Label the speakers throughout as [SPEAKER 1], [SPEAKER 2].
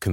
[SPEAKER 1] Can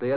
[SPEAKER 2] The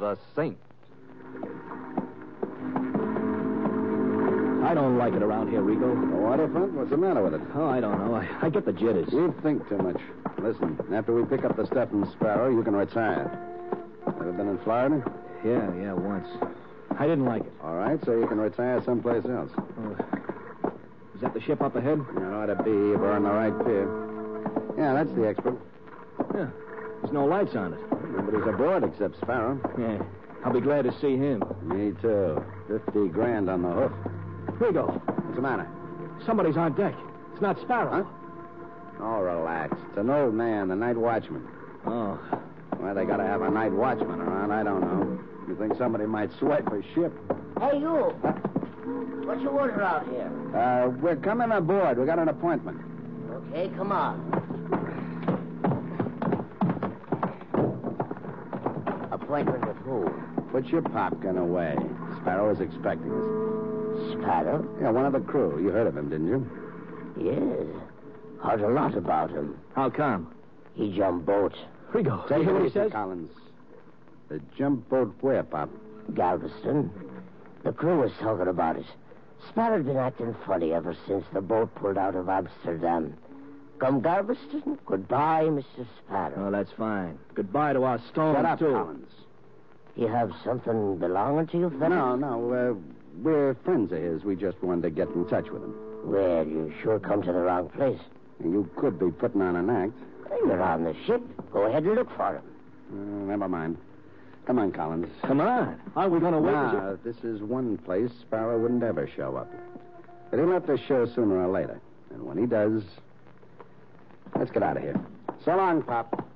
[SPEAKER 2] the Saint.
[SPEAKER 3] I don't like it around here, Rico.
[SPEAKER 4] The waterfront? What's the matter with it?
[SPEAKER 3] Oh, I don't know. I, I get the jitters.
[SPEAKER 4] You think too much. Listen, after we pick up the stuff from Sparrow, you can retire. Ever been in Florida?
[SPEAKER 3] Yeah, yeah, once. I didn't like it.
[SPEAKER 4] All right, so you can retire someplace else.
[SPEAKER 3] Is that the ship up ahead?
[SPEAKER 4] You ought to be if we're on the right pier. Yeah, that's the expert.
[SPEAKER 3] Yeah. There's no lights on it.
[SPEAKER 4] Nobody's aboard except Sparrow.
[SPEAKER 3] Yeah. I'll be glad to see him.
[SPEAKER 4] Me too. Fifty grand on the hoof.
[SPEAKER 3] Rigo,
[SPEAKER 4] What's the matter?
[SPEAKER 3] somebody's on deck. It's not Sparrow.
[SPEAKER 4] Oh, relax. It's an old man, the night watchman.
[SPEAKER 3] Oh.
[SPEAKER 4] Why they gotta have a night watchman around, I don't know. You think somebody might swipe a ship?
[SPEAKER 5] Hey, you. What you order out here?
[SPEAKER 4] Uh, we're coming aboard. We got an appointment.
[SPEAKER 5] Okay, come on. Appointment with who?
[SPEAKER 4] Put your popgun away. Sparrow is expecting us.
[SPEAKER 5] Sparrow?
[SPEAKER 4] Yeah, one of the crew. You heard of him, didn't you?
[SPEAKER 5] Yes. Heard a lot about him.
[SPEAKER 3] How come?
[SPEAKER 5] He jumped boats.
[SPEAKER 3] Rigo,
[SPEAKER 4] Take
[SPEAKER 3] you
[SPEAKER 4] it
[SPEAKER 3] hear what he
[SPEAKER 4] easy,
[SPEAKER 3] says?
[SPEAKER 4] Collins. The jump boat where, Pop?
[SPEAKER 5] Galveston. The crew was talking about it. Sparrow'd been acting funny ever since the boat pulled out of Amsterdam. Come, Galveston. Goodbye, Mr. Sparrow.
[SPEAKER 3] Oh, that's fine. Goodbye to our storm,
[SPEAKER 4] Shut up,
[SPEAKER 3] too.
[SPEAKER 4] Collins.
[SPEAKER 5] You have something belonging to you, fellas?
[SPEAKER 4] No, no. Uh, we're friends of his. We just wanted to get in touch with him.
[SPEAKER 5] Well, you sure come to the wrong place.
[SPEAKER 4] You could be putting on an act.
[SPEAKER 5] You're on the ship. Go ahead and look for him.
[SPEAKER 4] Uh, never mind. Come on, Collins.
[SPEAKER 3] Come on. Aren't we going to wait?
[SPEAKER 4] Now, this is one place Sparrow wouldn't ever show up. But he'll have to show sooner or later. And when he does, let's get out of here. So long, Pop.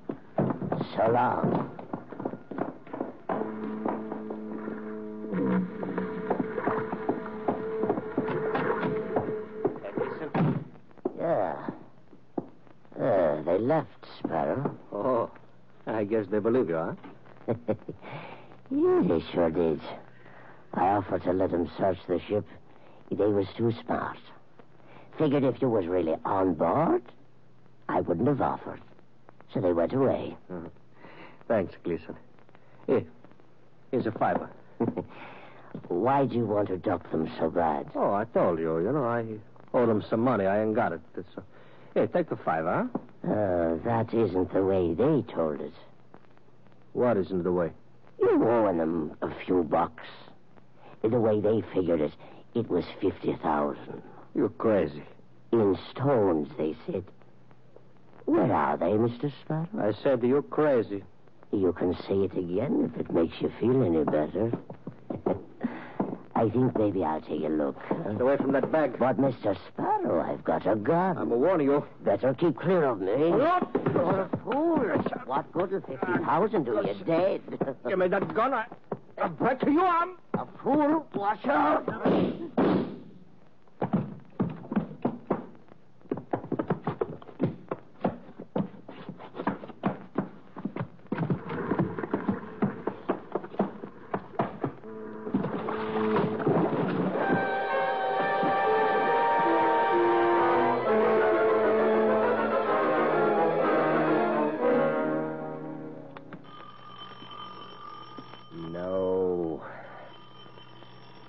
[SPEAKER 5] So long. Yeah. Uh, they left, Sparrow.
[SPEAKER 3] Oh. I guess they believe you, huh?
[SPEAKER 5] yeah, they sure did. I offered to let them search the ship. They was too smart. Figured if you was really on board, I wouldn't have offered. So they went away.
[SPEAKER 3] Thanks, Gleason. Here. Here's a fiver.
[SPEAKER 5] Why do you want to duck them so bad?
[SPEAKER 3] Oh, I told you. You know, I owed him some money. I ain't got it. It's, uh... Here, take the fiver, huh?
[SPEAKER 5] Uh, that isn't the way they told it.
[SPEAKER 3] What is in the way?
[SPEAKER 5] You owing them a few bucks. The way they figured it, it was 50,000.
[SPEAKER 3] You're crazy.
[SPEAKER 5] In stones, they said. Where are they, Mr. Sparrow?
[SPEAKER 3] I said you're crazy.
[SPEAKER 5] You can say it again if it makes you feel any better. I think maybe I'll take a look.
[SPEAKER 3] Get away from that bag.
[SPEAKER 5] But, Mr. Sparrow, I've got a gun.
[SPEAKER 3] I'm warning you.
[SPEAKER 5] Better keep clear of me. You're a fool. What good will 50,000 do you dead?
[SPEAKER 3] Give me that gun. I... I'll break um. your arm.
[SPEAKER 5] a fool? Watch out.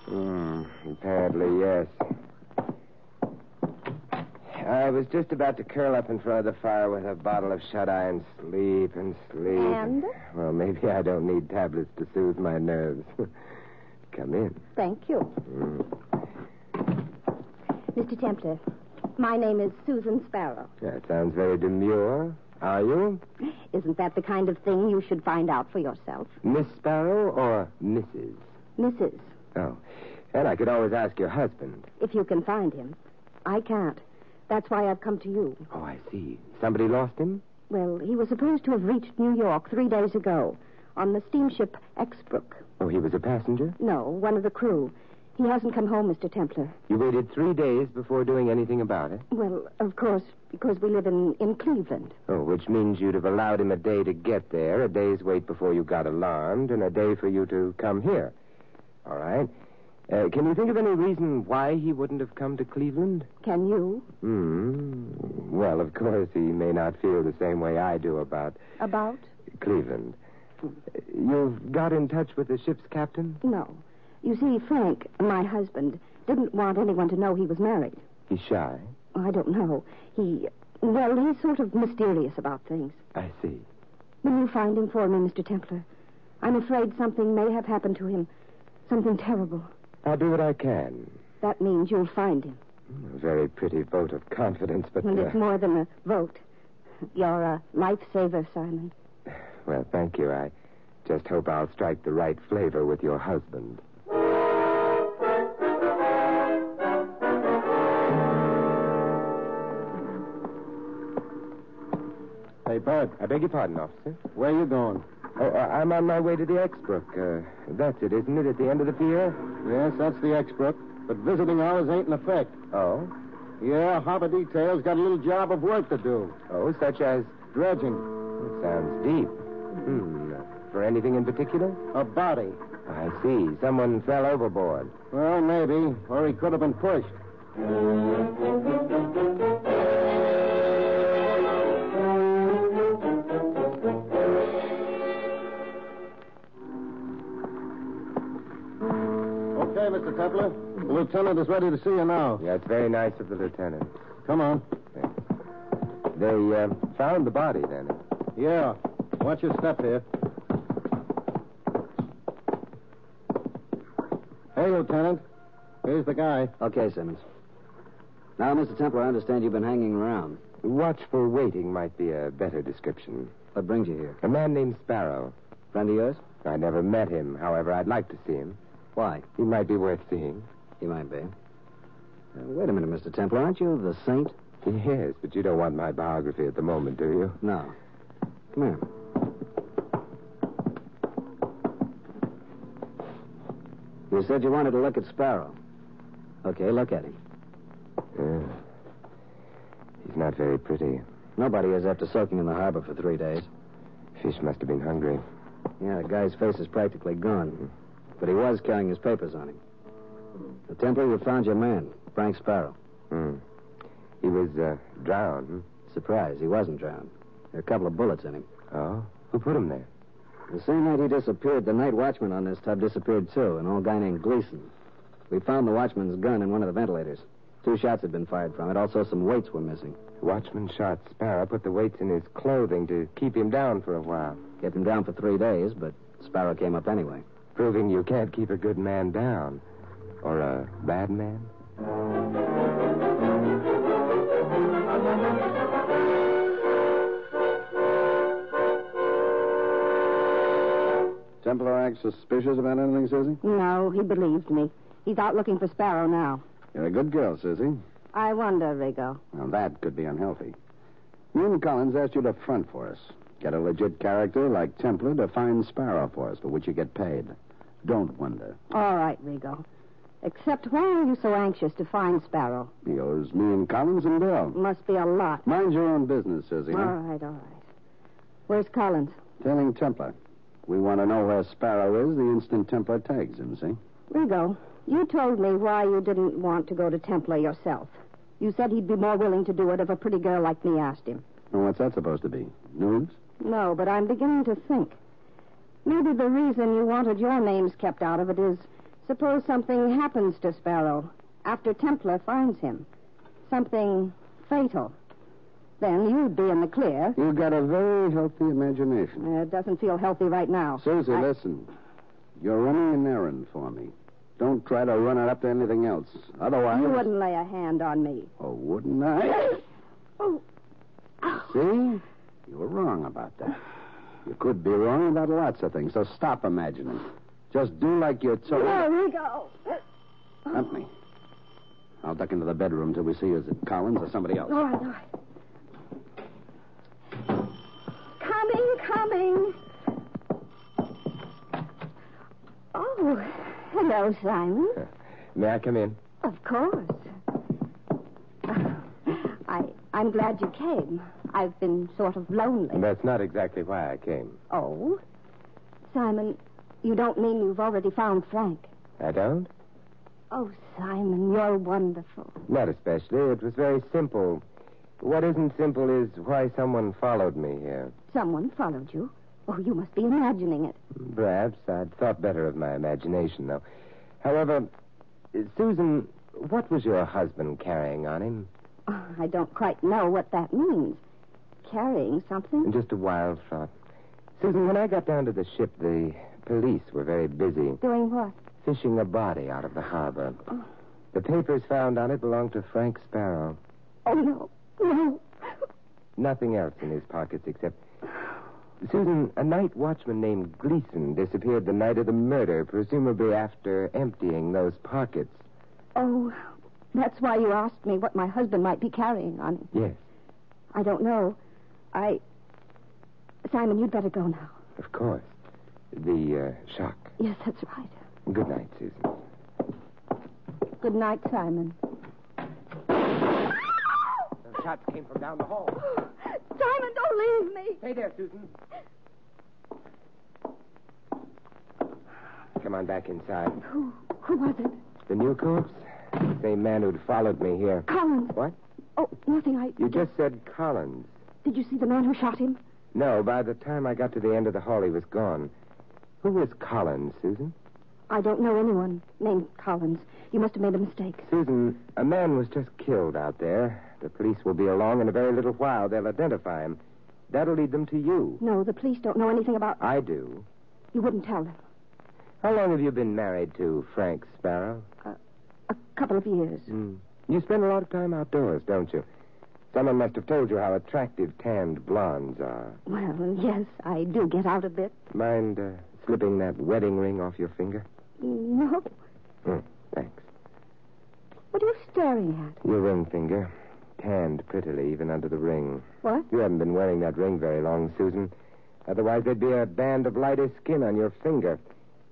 [SPEAKER 3] Hmm, was just about to curl up in front of the fire with a bottle of shut eye and sleep and sleep.
[SPEAKER 5] And?
[SPEAKER 3] Well, maybe I don't need tablets to soothe my nerves. Come in. Hmm.
[SPEAKER 5] Thank you. Mr. Templer, my name is Susan Sparrow.
[SPEAKER 3] That sounds very demure. Are you
[SPEAKER 5] Isn't that the kind of thing you should find out for yourself?
[SPEAKER 3] Miss Sparrow or Mrs.?
[SPEAKER 5] Mrs.,
[SPEAKER 3] Oh. And I could always ask your husband.
[SPEAKER 5] if you can find him. I can't. That's why I've come to you.
[SPEAKER 3] Oh, I see. Somebody lost him?
[SPEAKER 5] Well, he was supposed to have reached New York three days ago on the steamship Exbrook.
[SPEAKER 3] Oh, he was a passenger?
[SPEAKER 5] No, one of the crew. He hasn't come home, Mr. Templer.
[SPEAKER 3] You waited three days before doing anything about it.
[SPEAKER 5] Well, of course, because we live in, in Cleveland.
[SPEAKER 3] Oh, which means you'd have allowed him a day to get there, a day's wait before you got alarmed, and a day for you to come here. All right. Uh, can you think of any reason why he wouldn't have come to Cleveland?
[SPEAKER 5] Can you?
[SPEAKER 3] Hmm. Well, of course, he may not feel the same way I do about
[SPEAKER 5] About?
[SPEAKER 3] Cleveland. You've got in touch with the ship's captain?
[SPEAKER 5] No. You see, Frank, my husband, didn't want anyone to know he was married.
[SPEAKER 3] He's shy.
[SPEAKER 5] I don't know. He, well, he's sort of mysterious about things.
[SPEAKER 3] I see.
[SPEAKER 5] Will you find him for me, Mr. Templer? I'm afraid something may have happened to him. Something terrible.
[SPEAKER 3] I'll do what I can.
[SPEAKER 5] That means you'll find him.
[SPEAKER 3] A very pretty vote of confidence, but.
[SPEAKER 5] And
[SPEAKER 3] uh,
[SPEAKER 5] it's more than a vote. You're a lifesaver, Simon.
[SPEAKER 3] Well, thank you. I just hope I'll strike the right flavor with your husband. Hey, Bud. I beg your pardon, officer.
[SPEAKER 4] Where you going?
[SPEAKER 3] Oh, I- I'm on my way to the Exbrook. Uh, that's it, isn't it? At the end of the pier?
[SPEAKER 4] Yes, that's the Exbrook. But visiting hours ain't in effect.
[SPEAKER 3] Oh.
[SPEAKER 4] Yeah, Harbor Detail's got a little job of work to do.
[SPEAKER 3] Oh, such as.
[SPEAKER 4] Dredging.
[SPEAKER 3] It sounds deep. Hmm. For anything in particular?
[SPEAKER 4] A body.
[SPEAKER 3] I see. Someone fell overboard.
[SPEAKER 4] Well, maybe. Or he could have been pushed. Okay, Mr. Templer. The lieutenant is ready to see you now.
[SPEAKER 3] Yeah, it's very nice of the lieutenant.
[SPEAKER 4] Come on.
[SPEAKER 3] They uh, found the body, then.
[SPEAKER 4] Yeah. Watch your step here. Hey, Lieutenant. Here's the guy.
[SPEAKER 6] Okay, Simmons. Now, Mr. Templer, I understand you've been hanging around.
[SPEAKER 3] Watchful waiting might be a better description.
[SPEAKER 6] What brings you here?
[SPEAKER 3] A man named Sparrow.
[SPEAKER 6] Friend of yours?
[SPEAKER 3] I never met him. However, I'd like to see him.
[SPEAKER 6] Why?
[SPEAKER 3] He might be worth seeing.
[SPEAKER 6] He might be. Uh, wait a minute, Mr. Templer. Aren't you the saint?
[SPEAKER 3] Yes, but you don't want my biography at the moment, do you?
[SPEAKER 6] No. Come here. You said you wanted to look at Sparrow. Okay, look at him.
[SPEAKER 3] Yeah. He's not very pretty.
[SPEAKER 6] Nobody is after soaking in the harbor for three days.
[SPEAKER 3] Fish must have been hungry.
[SPEAKER 6] Yeah, the guy's face is practically gone. But he was carrying his papers on him. The Templar, you found your man, Frank Sparrow.
[SPEAKER 3] Hmm. He was uh, drowned. hmm?
[SPEAKER 6] Surprise, he wasn't drowned. There are a couple of bullets in him.
[SPEAKER 3] Oh? Who put him there?
[SPEAKER 6] The same night he disappeared, the night watchman on this tub disappeared too, an old guy named Gleason. We found the watchman's gun in one of the ventilators. Two shots had been fired from it. Also, some weights were missing.
[SPEAKER 3] Watchman shot Sparrow, put the weights in his clothing to keep him down for a while,
[SPEAKER 6] Kept him down for three days, but Sparrow came up anyway.
[SPEAKER 3] proving you can't keep a good man down. Or a bad man?
[SPEAKER 4] Templar act suspicious about anything, Susie?
[SPEAKER 5] No, he believed me. He's out looking for Sparrow now.
[SPEAKER 4] You're a good girl, Susie.
[SPEAKER 5] I wonder, Rigo.
[SPEAKER 4] Now, that could be unhealthy. Newton Collins asked you to front for us. Get a legit character like Templar to find Sparrow for us, for which you get paid. Don't wonder.
[SPEAKER 5] All right, Rigo. Except why are you so anxious to find Sparrow?
[SPEAKER 4] He owes me and Collins and Bill.
[SPEAKER 5] Must be a lot.
[SPEAKER 4] Mind your own business, Susie.
[SPEAKER 5] All
[SPEAKER 4] huh?
[SPEAKER 5] right, all right. Where's Collins?
[SPEAKER 4] Telling Templar. We want to know where Sparrow is the instant Templar tags him, see?
[SPEAKER 5] Rigo, you told me why you didn't want to go to Templar yourself. You said he'd be more willing to do it if a pretty girl like me asked him.
[SPEAKER 4] And what's that supposed to be? News?
[SPEAKER 5] No, but I'm beginning to think. Maybe the reason you wanted your names kept out of it is suppose something happens to Sparrow after Templar finds him. Something fatal. Then you'd be in the clear.
[SPEAKER 4] You got a very healthy imagination.
[SPEAKER 5] Uh, It doesn't feel healthy right now.
[SPEAKER 4] Susie,
[SPEAKER 5] I-
[SPEAKER 4] listen. You're running an errand for me. Don't try to run it up to anything else. Otherwise.
[SPEAKER 5] You wouldn't lay a hand on me.
[SPEAKER 4] Oh, wouldn't I?
[SPEAKER 5] Oh.
[SPEAKER 4] See? You were wrong about that. You could be wrong about lots of things, so stop imagining. Just do like you're told.
[SPEAKER 5] There we go.
[SPEAKER 4] Help me. I'll duck into the bedroom till we see is it Collins or somebody else.
[SPEAKER 5] All right, all right. Coming, coming. Oh, hello, Simon.
[SPEAKER 3] May I come in?
[SPEAKER 5] Of course. I I'm glad you came. I've been sort of lonely.
[SPEAKER 3] That's not exactly why I came.
[SPEAKER 5] Oh, Simon, you don't mean you've already found Frank?
[SPEAKER 3] I don't?
[SPEAKER 5] Oh, Simon, you're wonderful.
[SPEAKER 3] Not especially. It was very simple. What isn't simple is why someone followed me here.
[SPEAKER 5] Someone followed you. Oh, you must be imagining it.
[SPEAKER 3] Perhaps I'd thought better of my imagination, though. However, uh, Susan, what was your husband carrying on him?
[SPEAKER 5] Oh, I don't quite know what that means. Carrying something?
[SPEAKER 3] Just a wild thought. Susan, when I got down to the ship, the police were very busy
[SPEAKER 5] Doing what?
[SPEAKER 3] fishing a body out of the harbor. The papers found on it belonged to Frank Sparrow.
[SPEAKER 5] Oh no, no.
[SPEAKER 3] Nothing else in his pockets except. Susan, a night watchman named Gleason disappeared the night of the murder, presumably after emptying those pockets.
[SPEAKER 5] Oh, that's why you asked me what my husband might be carrying on him.
[SPEAKER 3] Yes,
[SPEAKER 5] I don't know. I. Simon, you'd better go now.
[SPEAKER 3] of course. The uh, shock.
[SPEAKER 5] Yes, that's right.
[SPEAKER 3] Good night, Susan.
[SPEAKER 5] Good night, Simon.
[SPEAKER 3] The shots came from down the hall.
[SPEAKER 5] Simon, don't leave me.
[SPEAKER 3] Hey there, Susan. Come on back inside.
[SPEAKER 5] Who, who was it?
[SPEAKER 3] The new coops? The same man who'd followed me here.
[SPEAKER 5] Collins.
[SPEAKER 3] What?
[SPEAKER 5] Oh, nothing. I.
[SPEAKER 3] You just said Collins.
[SPEAKER 5] Did you see the man who shot him?
[SPEAKER 3] No, by the time I got to the end of the hall, he was gone. Who was Collins, Susan?
[SPEAKER 5] I don't know anyone named Collins. You must have made a mistake.
[SPEAKER 3] Susan, a man was just killed out there. The police will be along in a very little while. They'll identify him. That'll lead them to you.
[SPEAKER 5] No, the police don't know anything about.
[SPEAKER 3] I do.
[SPEAKER 5] You wouldn't tell them.
[SPEAKER 3] How long have you been married to Frank Sparrow?
[SPEAKER 5] A couple of years.
[SPEAKER 3] You spend a lot of time outdoors, don't you? Someone must have told you how attractive tanned blondes are.
[SPEAKER 5] Well, yes, I do get out a bit.
[SPEAKER 3] Mind uh, slipping that wedding ring off your finger?
[SPEAKER 5] No.
[SPEAKER 3] Hmm, thanks.
[SPEAKER 5] What are you staring at?
[SPEAKER 3] Your ring finger. Tanned prettily, even under the ring.
[SPEAKER 5] What?
[SPEAKER 3] You haven't been wearing that ring very long, Susan. Otherwise, there'd be a band of lighter skin on your finger,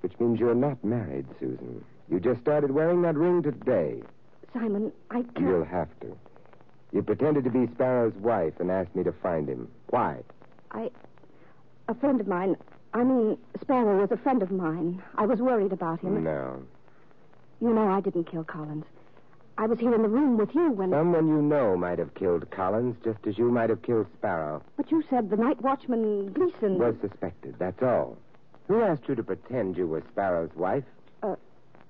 [SPEAKER 3] which means you're not married, Susan. You just started wearing that ring today.
[SPEAKER 5] Simon, I can't.
[SPEAKER 3] You'll have to. You pretended to be Sparrow's wife and asked me to find him. Why?
[SPEAKER 5] A friend of mine. I mean, Sparrow was a friend of mine. I was worried about him.
[SPEAKER 3] No.
[SPEAKER 5] You know I didn't kill Collins. I was here in the room with you when.
[SPEAKER 3] Someone you know might have killed Collins, just as you might have killed Sparrow.
[SPEAKER 5] But you said the night watchman Gleason.
[SPEAKER 3] Was suspected, that's all. Who asked you to pretend you were Sparrow's wife?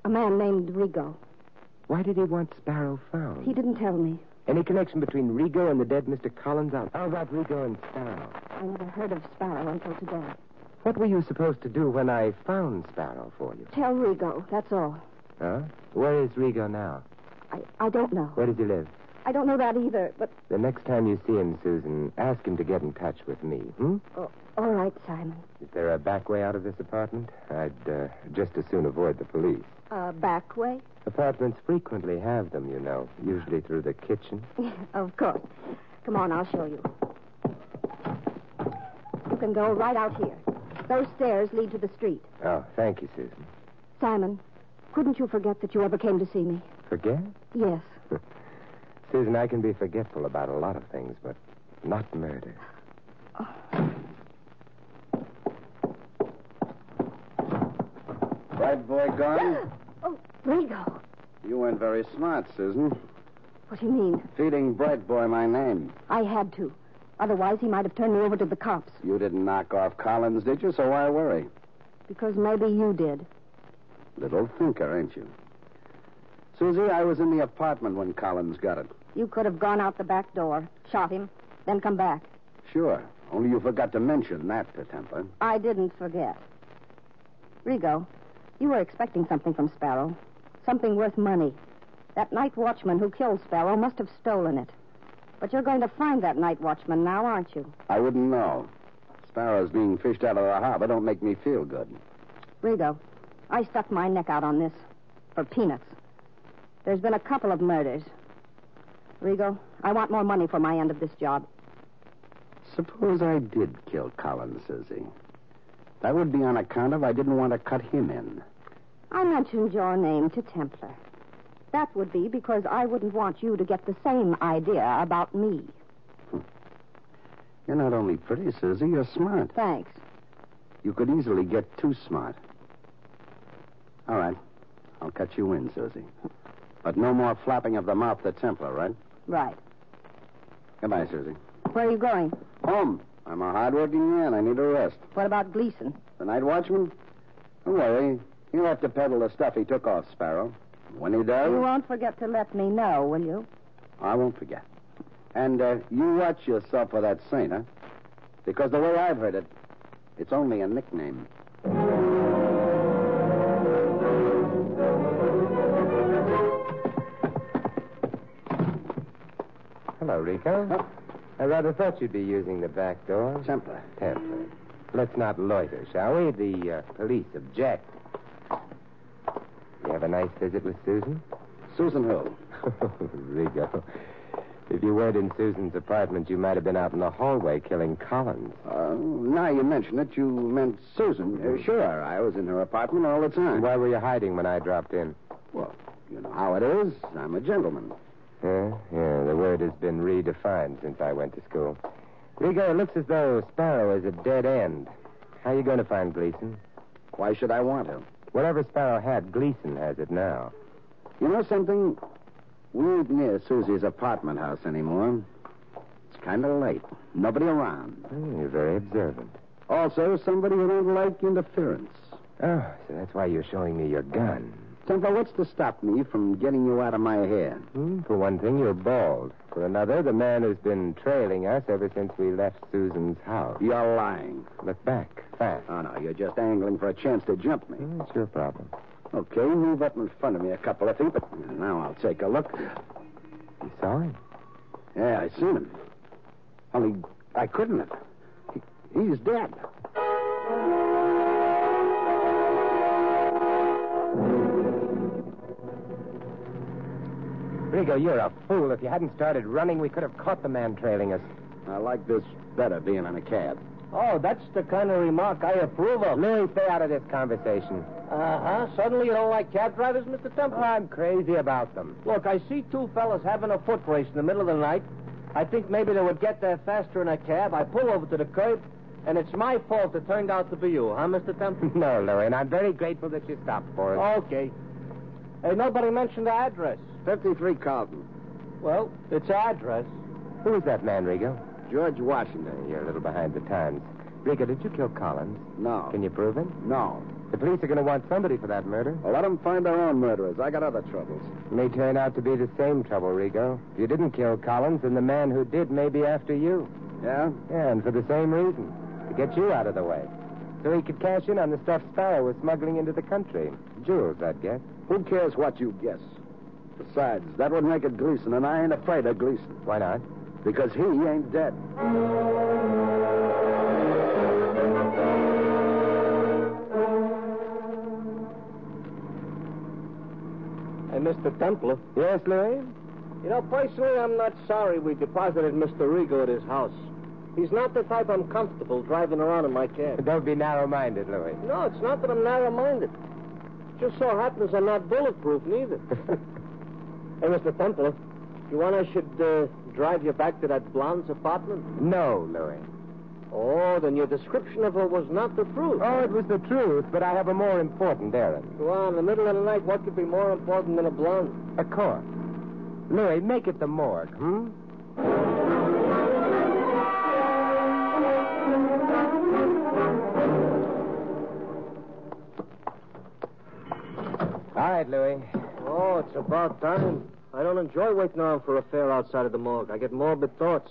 [SPEAKER 5] A man named Rigo.
[SPEAKER 3] Why did he want Sparrow found?
[SPEAKER 5] He didn't tell me.
[SPEAKER 3] Any connection between Rigo and the dead Mr. Collins out? How about Rigo and Sparrow?
[SPEAKER 5] I never heard of Sparrow until today.
[SPEAKER 3] What were you supposed to do when I found Sparrow for you?
[SPEAKER 5] Tell Rigo, that's all.
[SPEAKER 3] Huh? Where is Rigo now?
[SPEAKER 5] I, I don't know.
[SPEAKER 3] Where does he live?
[SPEAKER 5] I don't know that either, but
[SPEAKER 3] The next time you see him, Susan, ask him to get in touch with me, hmm?
[SPEAKER 5] all right, Simon.
[SPEAKER 3] Is there a back way out of this apartment? I'd uh, just as soon avoid the police.
[SPEAKER 5] Uh, back way?
[SPEAKER 3] Apartments frequently have them, you know, usually through the kitchen.
[SPEAKER 5] of course. Come on, I'll show you. You can go right out here. Those stairs lead to the street.
[SPEAKER 3] Oh, thank you, Susan.
[SPEAKER 5] Simon, couldn't you forget that you ever came to see me?
[SPEAKER 3] Forget?
[SPEAKER 5] Yes.
[SPEAKER 3] Susan, I can be forgetful about a lot of things, but not murder.
[SPEAKER 4] Right boy gone?
[SPEAKER 5] Oh, Rigo.
[SPEAKER 4] You weren't very smart, Susan.
[SPEAKER 5] What do you mean?
[SPEAKER 4] Feeding Bright Boy my name.
[SPEAKER 5] I had to. Otherwise, he might have turned me over to the cops,
[SPEAKER 4] You didn't knock off Collins, did you? So why worry?
[SPEAKER 5] because maybe you did.
[SPEAKER 4] Little thinker, ain't you? Susie, I was in the apartment when Collins got it.
[SPEAKER 5] You could have gone out the back door, shot him, then come back.
[SPEAKER 4] Sure. Only you forgot to mention that to Templar.
[SPEAKER 5] I didn't forget. Rigo, you were expecting something from Sparrow. Something worth money. That night watchman who killed Sparrow must have stolen it. But you're going to find that night watchman now, aren't you?
[SPEAKER 4] I wouldn't know. Sparrows being fished out of the harbor don't make me feel good.
[SPEAKER 5] Rigo, I stuck my neck out on this for peanuts. There's been a couple of murders. Rigo, I want more money for my end of this job.
[SPEAKER 4] Suppose I did kill Collins, Susie. That would be on account of I didn't want to cut him in.
[SPEAKER 5] I mentioned your name to Templar. That would be because I wouldn't want you to get the same idea about me.
[SPEAKER 4] You're not only pretty, Susie, you're smart.
[SPEAKER 5] Thanks.
[SPEAKER 4] You could easily get too smart. All right. I'll cut you in, Susie. But no more flapping of the mouth to Templar, right?
[SPEAKER 5] Right.
[SPEAKER 4] Goodbye, Susie.
[SPEAKER 5] Where are you going?
[SPEAKER 4] Home. I'm a hard-working man. I need a rest.
[SPEAKER 5] What about Gleason?
[SPEAKER 4] The night watchman? Don't worry. He'll have to peddle the stuff he took off, Sparrow. When he does,
[SPEAKER 5] You won't forget to let me know, will you?
[SPEAKER 4] I won't forget. And uh, you watch yourself for that saint, huh? Because the way I've heard it, it's only a nickname.
[SPEAKER 3] Hello, Rico.
[SPEAKER 4] Oh.
[SPEAKER 3] I rather thought you'd be using the back door.
[SPEAKER 4] Templar.
[SPEAKER 3] Templar. Let's not loiter, shall we? The uh, police object. You have a nice visit with Susan?
[SPEAKER 4] Susan Hill.
[SPEAKER 3] Rigo, if you weren't in Susan's apartment, you might have been out in the hallway killing Collins.
[SPEAKER 4] Uh, now you mention it, you meant Susan. Uh, sure, I was in her apartment all the time.
[SPEAKER 3] Why were you hiding when I dropped in?
[SPEAKER 4] Well, you know how it is. I'm a gentleman.
[SPEAKER 3] Yeah, yeah, the word has been redefined since I went to school. Rigo, it looks as though Sparrow is a dead end. How are you going to find Gleason?
[SPEAKER 4] Why should I want him?
[SPEAKER 3] Whatever Sparrow had, Gleason has it now.
[SPEAKER 4] You know something? We ain't near Susie's apartment house anymore. It's kind of late. Nobody around.
[SPEAKER 3] Hmm, you're very observant.
[SPEAKER 4] Also, somebody who don't like interference.
[SPEAKER 3] Oh, so that's why you're showing me your gun.
[SPEAKER 4] Temple, what's to stop me from getting you out of my hair?
[SPEAKER 3] Hmm, for one thing, you're bald. For another, the man has been trailing us ever since we left Susan's house.
[SPEAKER 4] You're lying.
[SPEAKER 3] Look back, fast.
[SPEAKER 4] Oh, no, you're just angling for a chance to jump me.
[SPEAKER 3] Hmm, it's your problem.
[SPEAKER 4] Okay, move up in front of me a couple of feet, but now I'll take a look.
[SPEAKER 3] You saw him?
[SPEAKER 4] Yeah, I seen him. Only I couldn't have. He, he's dead.
[SPEAKER 3] Rigo, you're a fool. If you hadn't started running, we could have caught the man trailing us.
[SPEAKER 4] I like this better being in a cab.
[SPEAKER 6] Oh, that's the kind of remark I approve of.
[SPEAKER 3] Louis, stay out of this conversation. Oh,
[SPEAKER 6] Uh huh. Suddenly you don't like cab drivers, Mr. Temple?
[SPEAKER 3] I'm crazy about them.
[SPEAKER 6] Look, I see two fellas having a foot race in the middle of the night. I think maybe they would get there faster in a cab. I pull over to the curb, and it's my fault it turned out to be you, huh, Mr. Temple?
[SPEAKER 3] No, Louis, and I'm very grateful that you stopped for us.
[SPEAKER 6] okay. Hey, nobody mentioned the address.
[SPEAKER 4] 53 Carlton.
[SPEAKER 6] Oh, Well, it's our address.
[SPEAKER 3] Who is that man, Rigo?
[SPEAKER 4] George Washington.
[SPEAKER 3] You're a little behind the times. Rigo, did you kill Collins?
[SPEAKER 4] No.
[SPEAKER 3] Can you prove it?
[SPEAKER 4] No.
[SPEAKER 3] The police are going to want somebody for that murder.
[SPEAKER 4] Well, let them find their own murderers. I got other troubles.
[SPEAKER 3] It may turn out to be the same trouble, Rigo. If you didn't kill Collins, then the man who did may be after you.
[SPEAKER 4] Yeah?
[SPEAKER 3] Yeah, and for the same reason to get you out of the way. So he could cash in on the stuff Sparrow was smuggling into the country. Jewels, I'd guess.
[SPEAKER 4] Who cares what you guess? Besides, that would make it Gleason, and I ain't afraid of Gleason
[SPEAKER 3] Why not?
[SPEAKER 4] because he ain't dead.
[SPEAKER 6] Hey, Mr. Temple.
[SPEAKER 3] Yes, Louis?
[SPEAKER 6] You know, personally, I'm not sorry we deposited Mr. Rigo at his house. He's not the type I'm comfortable driving around in my cab.
[SPEAKER 3] Don't be narrow minded, Louis.
[SPEAKER 6] No, it's not that I'm narrow minded. Just so happens I'm not bulletproof, neither. hey, Mr. Temple, you want I should uh, drive you back to that blonde's apartment?
[SPEAKER 3] No, Louis.
[SPEAKER 6] Oh, then your description of her was not the truth.
[SPEAKER 3] Oh, it was the truth, but I have a more important errand.
[SPEAKER 6] Well, in the middle of the night, what could be more important than a blonde?
[SPEAKER 3] A court. Louis, make it the morgue, hmm? All right, Louis.
[SPEAKER 6] Oh, it's about time. I don't enjoy waiting around for a fare outside of the morgue. I get morbid thoughts.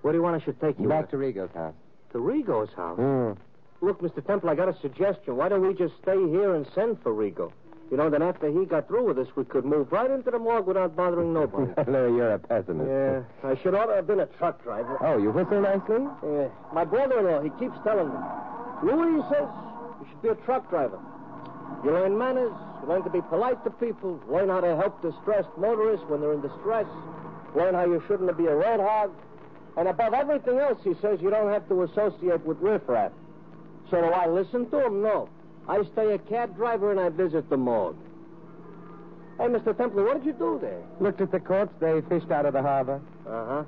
[SPEAKER 6] Where do you want I should take you?
[SPEAKER 3] Back to Rigo's house.
[SPEAKER 6] to Rigo's house. Look, Mr. Temple, I got a suggestion. Why don't we just stay here and send for Rigo? You know, then after he got through with us, we could move right into the morgue without bothering nobody.
[SPEAKER 3] Hello, you're a pessimist.
[SPEAKER 6] yeah, I should ought to have been a truck driver.
[SPEAKER 3] Oh, you whistle nicely?
[SPEAKER 6] Yeah. My brother-in-law, he keeps telling me. Louis, he says, you should be a truck driver. You learn manners, you learn to be polite to people, learn how to help distressed motorists when they're in distress, learn how you shouldn't be a red hog, and above everything else, he says you don't have to associate with riffraff. So do I listen to him? No. I stay a cab driver and I visit the morgue. Hey, Mr. Templey, what did you do there?
[SPEAKER 3] Looked at the corpse they fished out of the harbor?
[SPEAKER 6] Uh-huh.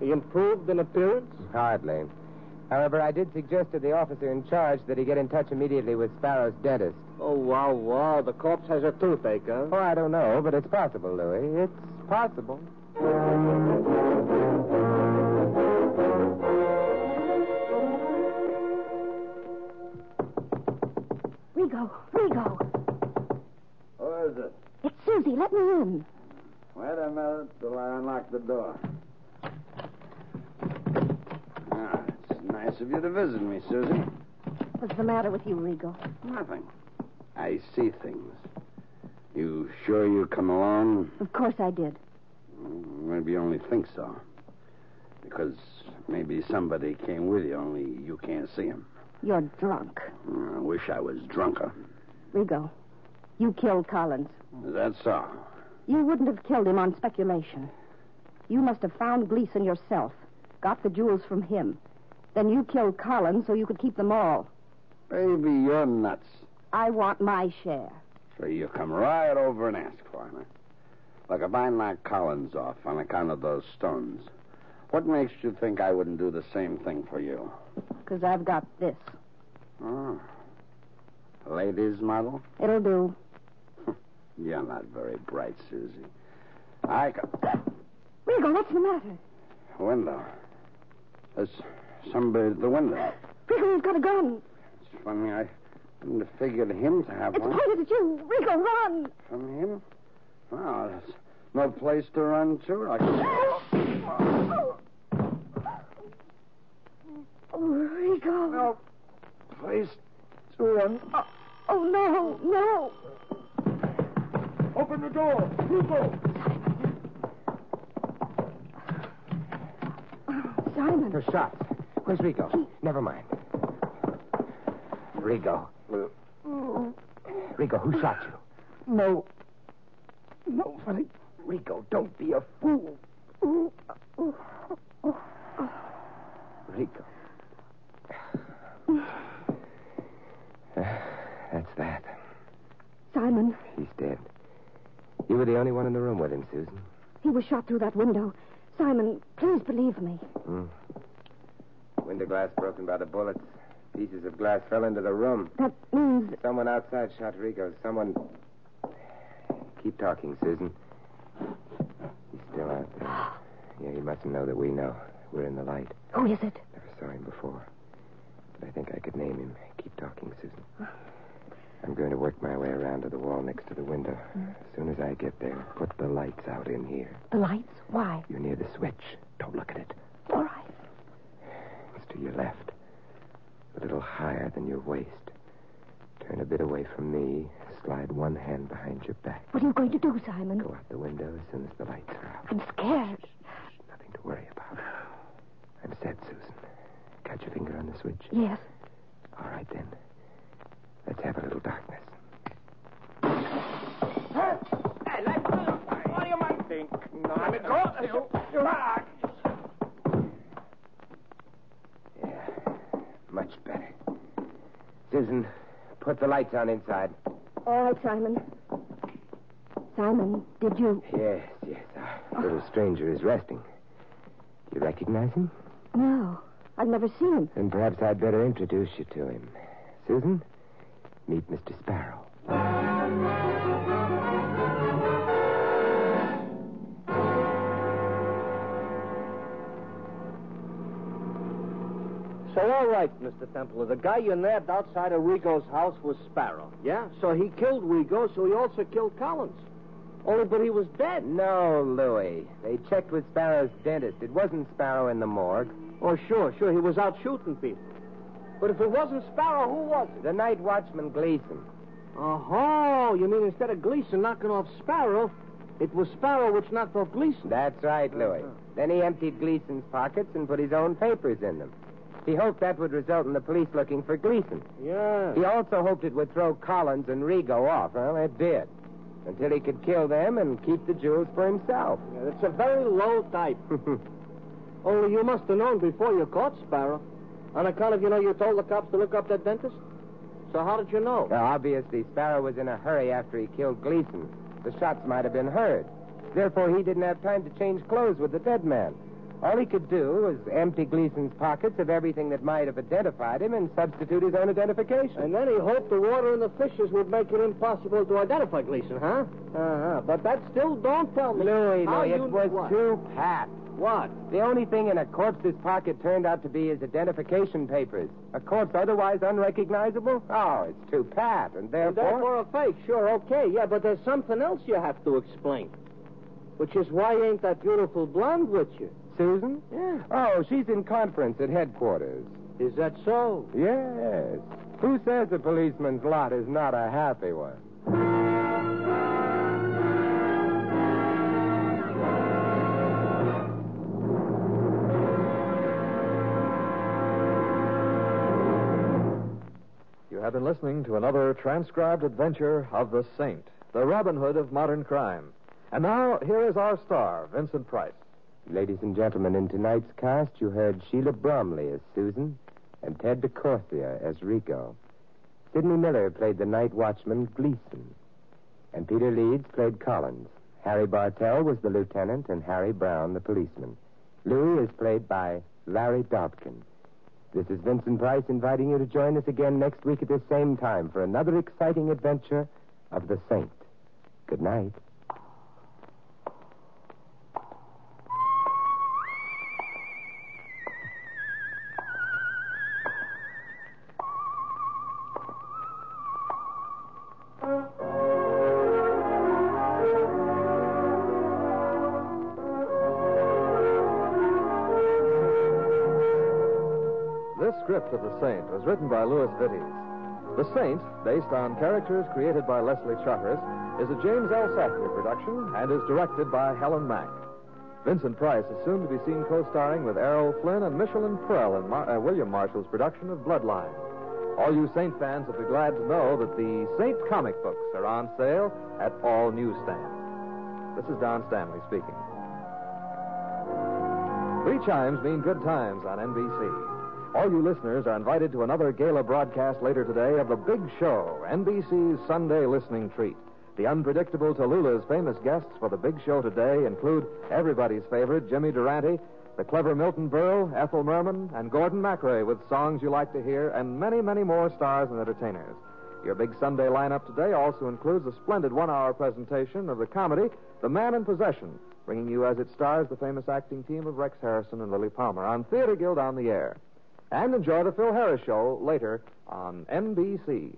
[SPEAKER 6] He improved in appearance?
[SPEAKER 3] Hardly. However, I did suggest to the officer in charge that he get in touch immediately with Sparrow's dentist.
[SPEAKER 6] Oh, wow, wow. The corpse has a toothache, huh?
[SPEAKER 3] Oh, I don't know, but it's possible, Louis. It's possible.
[SPEAKER 5] Rigo, Rigo.
[SPEAKER 4] Who is it?
[SPEAKER 5] It's Susie. Let me in.
[SPEAKER 4] Wait a minute till I unlock the door. Ah, it's nice of you to visit me, Susie.
[SPEAKER 5] What's the matter with you, Rigo?
[SPEAKER 4] Nothing. I see things. You sure you come along?
[SPEAKER 5] Of course I did.
[SPEAKER 4] Maybe you only think so. Because maybe somebody came with you, only you can't see him.
[SPEAKER 5] You're drunk.
[SPEAKER 4] I wish I was drunker.
[SPEAKER 5] Rigo, you killed Collins.
[SPEAKER 4] That's all.
[SPEAKER 5] You wouldn't have killed him on speculation. You must have found Gleason yourself, got the jewels from him. Then you killed Collins so you could keep them all.
[SPEAKER 4] Baby, you're nuts.
[SPEAKER 5] I want my share.
[SPEAKER 4] So you come right over and ask for him. Look, if I knocked Collins off on account of those stones, what makes you think I wouldn't do the same thing for you?
[SPEAKER 5] Because I've got this.
[SPEAKER 4] Oh. Ladies model?
[SPEAKER 5] It'll do.
[SPEAKER 4] You're not very bright, Susie. I got...
[SPEAKER 5] Rigo, what's the matter?
[SPEAKER 4] Window. There's somebody at the window.
[SPEAKER 5] Rigo, you've got a gun.
[SPEAKER 4] It's funny, I wouldn't have figured him to have
[SPEAKER 5] It's
[SPEAKER 4] one.
[SPEAKER 5] pointed at you. Rigo, run.
[SPEAKER 4] From him? Well, there's no place to run to. I can...
[SPEAKER 5] Oh, Rigo.
[SPEAKER 4] No place to run.
[SPEAKER 5] Oh, no, no.
[SPEAKER 6] Open the door. Rigo.
[SPEAKER 5] Simon.
[SPEAKER 3] They're shot. Where's Rigo? Never mind. Rigo. Rigo, who shot you? No. Nobody. Rigo, don't be a fool. Rigo. That's that.
[SPEAKER 5] Simon,
[SPEAKER 3] He's dead. You were the only one in the room with him, Susan.
[SPEAKER 5] he was shot through that window. Simon, please believe me.
[SPEAKER 3] Window glass broken by the bullets. Pieces of glass fell into the room.
[SPEAKER 5] That means
[SPEAKER 3] Someone outside shot Rigo. Someone. Keep talking, Susan. He's still out there. Yeah, he mustn't know that we know. We're in the light.
[SPEAKER 5] Who is it?
[SPEAKER 3] Never saw him before. But I think I could name him. Keep talking, Susan. I'm going to work my way around to the wall next to the window. As soon as I get there, put the lights out in here.
[SPEAKER 5] The lights? Why?
[SPEAKER 3] You're near the switch. Don't look at it.
[SPEAKER 5] All right.
[SPEAKER 3] It's to your left. A little higher than your waist. Turn a bit away from me. Slide one hand behind your back.
[SPEAKER 5] What are you going to do, Simon?
[SPEAKER 3] Go out the window as soon as the lights are out.
[SPEAKER 5] I'm scared.
[SPEAKER 3] Nothing to worry about. I'm set, Susan. Got your finger on the switch?
[SPEAKER 5] Yes.
[SPEAKER 3] All right, then. Let's have a little darkness.
[SPEAKER 7] What do you mind think? I'm a doctor. You, you are.
[SPEAKER 3] Yeah, much better. Susan, put the lights on inside.
[SPEAKER 5] All right, Simon. Simon, did you?
[SPEAKER 3] Yes, yes. Our little stranger is resting. You recognize him?
[SPEAKER 5] No. I've never seen him.
[SPEAKER 3] Then perhaps I'd better introduce you to him. Susan, meet Mr. Sparrow.
[SPEAKER 6] So, all right, Mr. Temple, the guy you nabbed outside of Rigo's house was Sparrow, yeah? So he killed Rigo, so he also killed Collins.
[SPEAKER 8] Only, Oh, but he was dead.
[SPEAKER 4] No, Louis. They checked with Sparrow's dentist. It wasn't Sparrow in the morgue.
[SPEAKER 8] Oh, sure, sure. He was out shooting people. But if it wasn't Sparrow, who was it?
[SPEAKER 4] The night watchman Gleason.
[SPEAKER 8] Oh, you mean instead of Gleason knocking off Sparrow, it was Sparrow which knocked off Gleason?
[SPEAKER 4] That's right, Louis. Then he emptied Gleason's pockets and put his own papers in them. He hoped that would result in the police looking for Gleason.
[SPEAKER 8] Yeah.
[SPEAKER 4] He also hoped it would throw Collins and Rigo off. Well, it did. Until he could kill them and keep the jewels for himself.
[SPEAKER 8] Yeah, It's a very low type. Only you must have known before you caught Sparrow. On account of, you know, you told the cops to look up that dentist. So how did you know?
[SPEAKER 4] Now, obviously, Sparrow was in a hurry after he killed Gleason. The shots might have been heard. Therefore, he didn't have time to change clothes with the dead man. All he could do was empty Gleason's pockets of everything that might have identified him and substitute his own identification.
[SPEAKER 8] And then he hoped the water and the fishes would make it impossible to identify Gleason, huh? Uh-huh. But that still don't tell me.
[SPEAKER 4] Louis,
[SPEAKER 8] how
[SPEAKER 4] Louis,
[SPEAKER 8] you
[SPEAKER 4] it was
[SPEAKER 8] what?
[SPEAKER 4] too pat.
[SPEAKER 8] What?
[SPEAKER 4] The only thing in a corpse's pocket turned out to be his identification papers. A corpse otherwise unrecognizable? Oh, it's too pat, and
[SPEAKER 8] And
[SPEAKER 4] therefore.
[SPEAKER 8] therefore a fake, sure, okay, yeah, but there's something else you have to explain. Which is why ain't that beautiful blonde with you?
[SPEAKER 4] Susan?
[SPEAKER 8] Yeah.
[SPEAKER 4] Oh, she's in conference at headquarters.
[SPEAKER 8] Is that so?
[SPEAKER 4] Yes. Who says a policeman's lot is not a happy one?
[SPEAKER 3] You have been listening to another transcribed adventure of the Saint, the Robin Hood of modern crime. And now, here is our star, Vincent Price.
[SPEAKER 4] Ladies and gentlemen, in tonight's cast, you heard Sheila Bromley as Susan and Ted DeCorsia as Rico. Sidney Miller played the night watchman Gleason. And Peter Leeds played Collins. Harry Bartell was the lieutenant and Harry Brown the policeman. Louis is played by Larry Dobkin. This is Vincent Price inviting you to join us again next week at this same time for another exciting adventure of the Saint. Good night.
[SPEAKER 3] This script of The Saint was written by Louis Vittes. The Saint, based on characters created by Leslie Charteris, is a James L. Sackler production and is directed by Helen Mack. Vincent Price is soon to be seen co-starring with Errol Flynn and Michelin Prell in Mar- uh, William Marshall's production of Bloodline. All you Saint fans will be glad to know that the Saint comic books are on sale at all newsstands. This is Don Stanley speaking. Three chimes mean good times on NBC. All you listeners are invited to another gala broadcast later today of The Big Show, NBC's Sunday listening treat. The unpredictable Tallulah's famous guests for The Big Show today include everybody's favorite, Jimmy Durante, the clever Milton Berle, Ethel Merman, and Gordon MacRae with songs you like to hear, and many, many more stars and entertainers. Your big Sunday lineup today also includes a splendid one hour presentation of the comedy The Man in Possession, bringing you as it stars the famous acting team of Rex Harrison and Lily Palmer on Theater Guild on the Air. And enjoy the Phil Harris Show later on NBC.